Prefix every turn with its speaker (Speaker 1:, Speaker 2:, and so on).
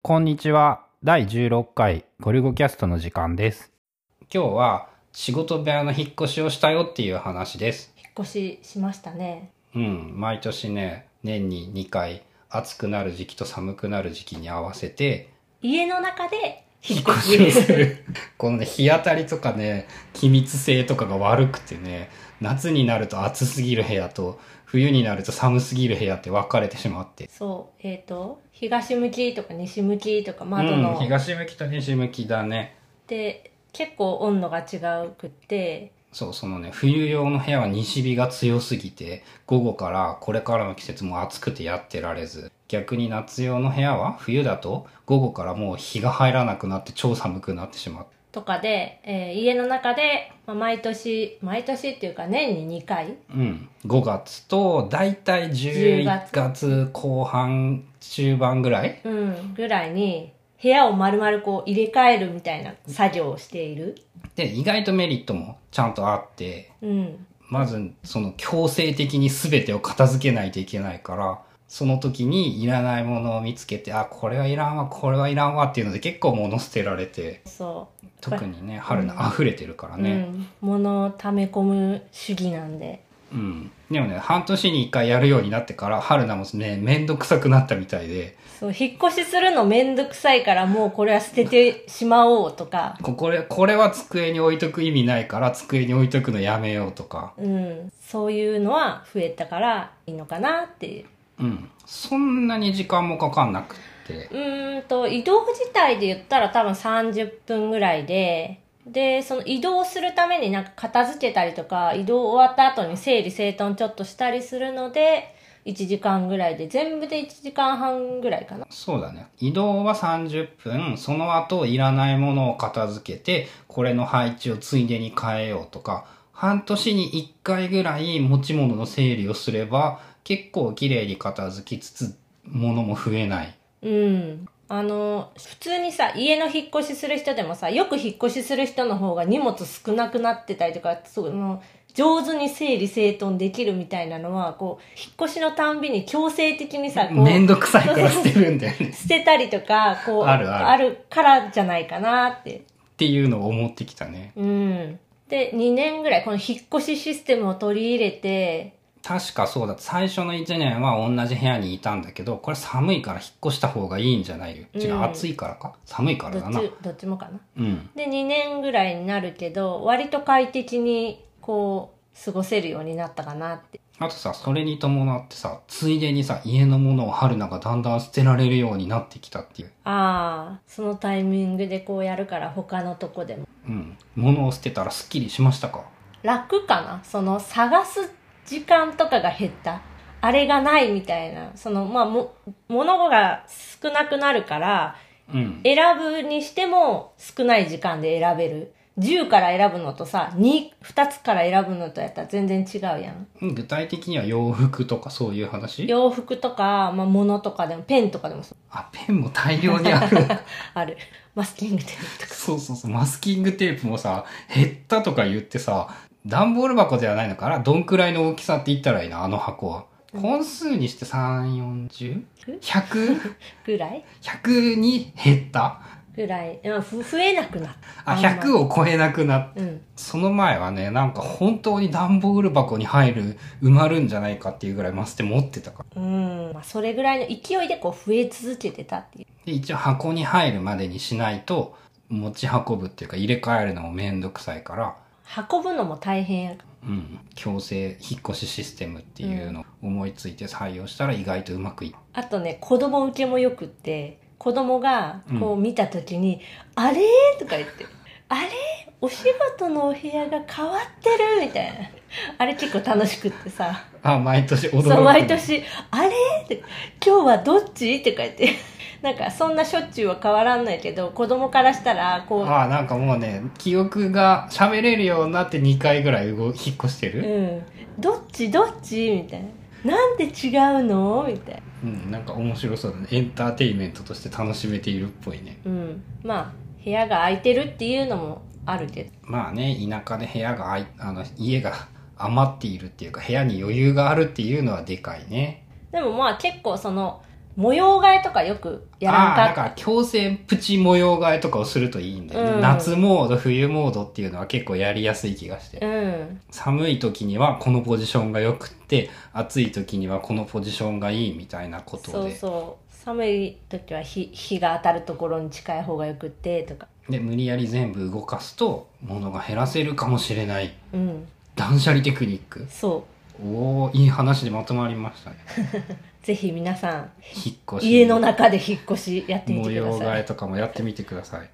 Speaker 1: こんにちは。第16回ゴリゴキャストの時間です。今日は仕事部屋の引っ越しをしたよっていう話です。
Speaker 2: 引っ越ししましたね
Speaker 1: うん、毎年ね、年に2回暑くなる時期と寒くなる時期に合わせて
Speaker 2: 家の中で
Speaker 1: 引っ越しをする。このね、日当たりとかね、気密性とかが悪くてね、夏になると暑すぎる部屋と冬になると寒すぎる部屋って分かれてしまって。
Speaker 2: そうえっ、と東向きとか西向きとか窓
Speaker 1: う
Speaker 2: の、
Speaker 1: ん、東向きと西向きだね。
Speaker 2: で結構温度が違うくって
Speaker 1: そう、そのね、冬用の部屋は西日が強すぎて、午後からこれからの季節も暑くてやってられず、逆に夏用の部屋は冬だと午後からもう日が入らなくなって超寒くなってしまう。
Speaker 2: とかで、えー家の中で、まあ、毎年毎年っていうか年に2回
Speaker 1: うん。5月と、だいたい11月後半、中盤ぐらい
Speaker 2: うん、ぐらいに部屋を丸々こう入れ替えるみたいな作業をしている。
Speaker 1: で、意外とメリットもちゃんとあって、
Speaker 2: うん。
Speaker 1: まずその強制的に全てを片付けないといけないから、その時にいらないものを見つけて、あ、これはいらんわ、これはいらんわっていうので結構物捨てられて、
Speaker 2: そ
Speaker 1: 特にね、春の溢れてるから
Speaker 2: う。
Speaker 1: ね。
Speaker 2: うん。物を溜め込む主義なんで。
Speaker 1: うん。でもね、半年に一回やるようになってから、春菜もね、めんどくさくなったみたいで、
Speaker 2: そう、引っ越しするのめんどくさいからもうこれは捨ててしまおうとか。
Speaker 1: ここれ、これは机に置いとく意味ないから、机に置いとくのやめようとか。
Speaker 2: うん。そういうのは増えたからいいのかなっていう。
Speaker 1: うん。そんなに時間もかかんなくって。
Speaker 2: うーんと、移動自体で言ったら多分30分ぐらいで、で、その移動するためになんか片付けたりとか、移動終わった後に整理整頓ちょっとしたりするので、1時間ぐらいで、全部で1時間半ぐらいかな。
Speaker 1: そうだね。移動は30分、その後いらないものを片付けて、これの配置をついでに変えようとか、半年に1回ぐらい持ち物の整理をすれば、結構綺麗に片付きつつ、物も増えない。
Speaker 2: うん。あの、普通にさ、家の引っ越しする人でもさ、よく引っ越しする人の方が荷物少なくなってたりとか、その、上手に整理整頓できるみたいなのは、こう、引っ越しのたんびに強制的にさ、こう、
Speaker 1: めんどくさいから捨てるんだよね。
Speaker 2: 捨てたりとか、こう、
Speaker 1: あるある
Speaker 2: からじゃないかなって。
Speaker 1: っていうのを思ってきたね。
Speaker 2: うん。で、2年ぐらい、この引っ越しシステムを取り入れて、
Speaker 1: 確かそうだ。最初の1年は同じ部屋にいたんだけど、これ寒いから引っ越した方がいいんじゃないよ。違
Speaker 2: う
Speaker 1: う、
Speaker 2: ん
Speaker 1: 暑いからか。寒いか
Speaker 2: ど
Speaker 1: ら
Speaker 2: っ
Speaker 1: だな。
Speaker 2: ち、どっちもかな。
Speaker 1: うん。
Speaker 2: で、2年ぐらいになるけど、割と快適に、こう、過ごせるようになったかなって。
Speaker 1: あとさ、それに伴ってさ、ついでにさ、家のものを春菜がだんだん捨てられるようになってきたっていう。
Speaker 2: ああ、そのタイミングでこうやるから他のとこでも。
Speaker 1: うん。物を捨てたらスッキリしましたか
Speaker 2: 楽かなその探す時間とかが減った。あれがないみたいな。その、まあ、も、物が少なくなるから、
Speaker 1: うん。
Speaker 2: 選ぶにしても少ない時間で選べる。10から選ぶのとさ、2、2つから選ぶのとやったら全然違うやん。
Speaker 1: うん具体的には洋服とかそういう話
Speaker 2: 洋服とか、まあ、物とかでも、ペンとかでもそう
Speaker 1: あ、ペンも大量にある。
Speaker 2: ある。マスキングテープとか
Speaker 1: そうそうそう。マスキングテープもさ、減ったとか言ってさ、段ボール箱ではないのかなどんくらいの大きさって言ったらいいな、あの箱は。本数にして3、40?100?100
Speaker 2: ぐらい
Speaker 1: に減った
Speaker 2: ぐらい。うんふ増えなくなった。
Speaker 1: あ、100を超えなくなった。
Speaker 2: うん。
Speaker 1: その前はね、なんか本当に段ボール箱に入る、埋まるんじゃないかっていうぐらいマステ持ってたから。
Speaker 2: うん。まあ、それぐらいの勢いでこう増え続けてたっていう。
Speaker 1: で、一応箱に入るまでにしないと、持ち運ぶっていうか入れ替えるのもめんどくさいから、
Speaker 2: 運ぶのも大変やか
Speaker 1: うん、強制引っ越しシステムっていうのを思いついて採用したら意外とうまくいっ
Speaker 2: ら。あとね、子供受けもよくって、子供がこう見た時に、あれとか言って、あれお仕事のお部屋が変わってるみたいな。あれ結構楽しくってさ。
Speaker 1: あ、毎年驚く。
Speaker 2: そう、毎。年、あれって、今日はどっちって書いて。なんか、そんなしょっちゅうは変わらんないけど、子供からしたら、こう、
Speaker 1: ああ、なんかもうね、記憶が喋れるようになって2回ぐらい動引っ越してる。
Speaker 2: うん、どっちどっちみたいななんで違うのみたいな、
Speaker 1: うん、なんか面白そうだね。エンターテインメントとして楽しめているっぽいね。
Speaker 2: うん、まあ部屋が空いてるっていうのもあるけど
Speaker 1: まあね、田舎で部屋が空い、あの、家が 余っているっていうか、部屋に余裕があるっていうのはでかいね。
Speaker 2: でもまあ結構その模様替えとかよくやらん
Speaker 1: ああー、だ
Speaker 2: か
Speaker 1: か
Speaker 2: っ
Speaker 1: ら強制プチ模様替えとかをするといいんだよね。
Speaker 2: うん
Speaker 1: 夏モード、冬モードっていうのは結構やりやすい気がして。
Speaker 2: た。うん。
Speaker 1: 寒い時にはこのポジションが良くって、暑い時にはこのポジションがいいみたいなことで。
Speaker 2: そうそう。寒い時は日日が当たるところに近い方がよくってとか。
Speaker 1: で、無理やり全部動かすと、物が減らせるかもしれない。
Speaker 2: うん。
Speaker 1: 断捨離テクニック。
Speaker 2: そ
Speaker 1: おおいい話でまとまりましたね。
Speaker 2: う。ぜひ皆さん、
Speaker 1: 引っ越し。
Speaker 2: 家の中で引っ越しやってみ
Speaker 1: 模
Speaker 2: てくだ
Speaker 1: 様
Speaker 2: さ
Speaker 1: 替え
Speaker 2: い。
Speaker 1: とかもやってみてください。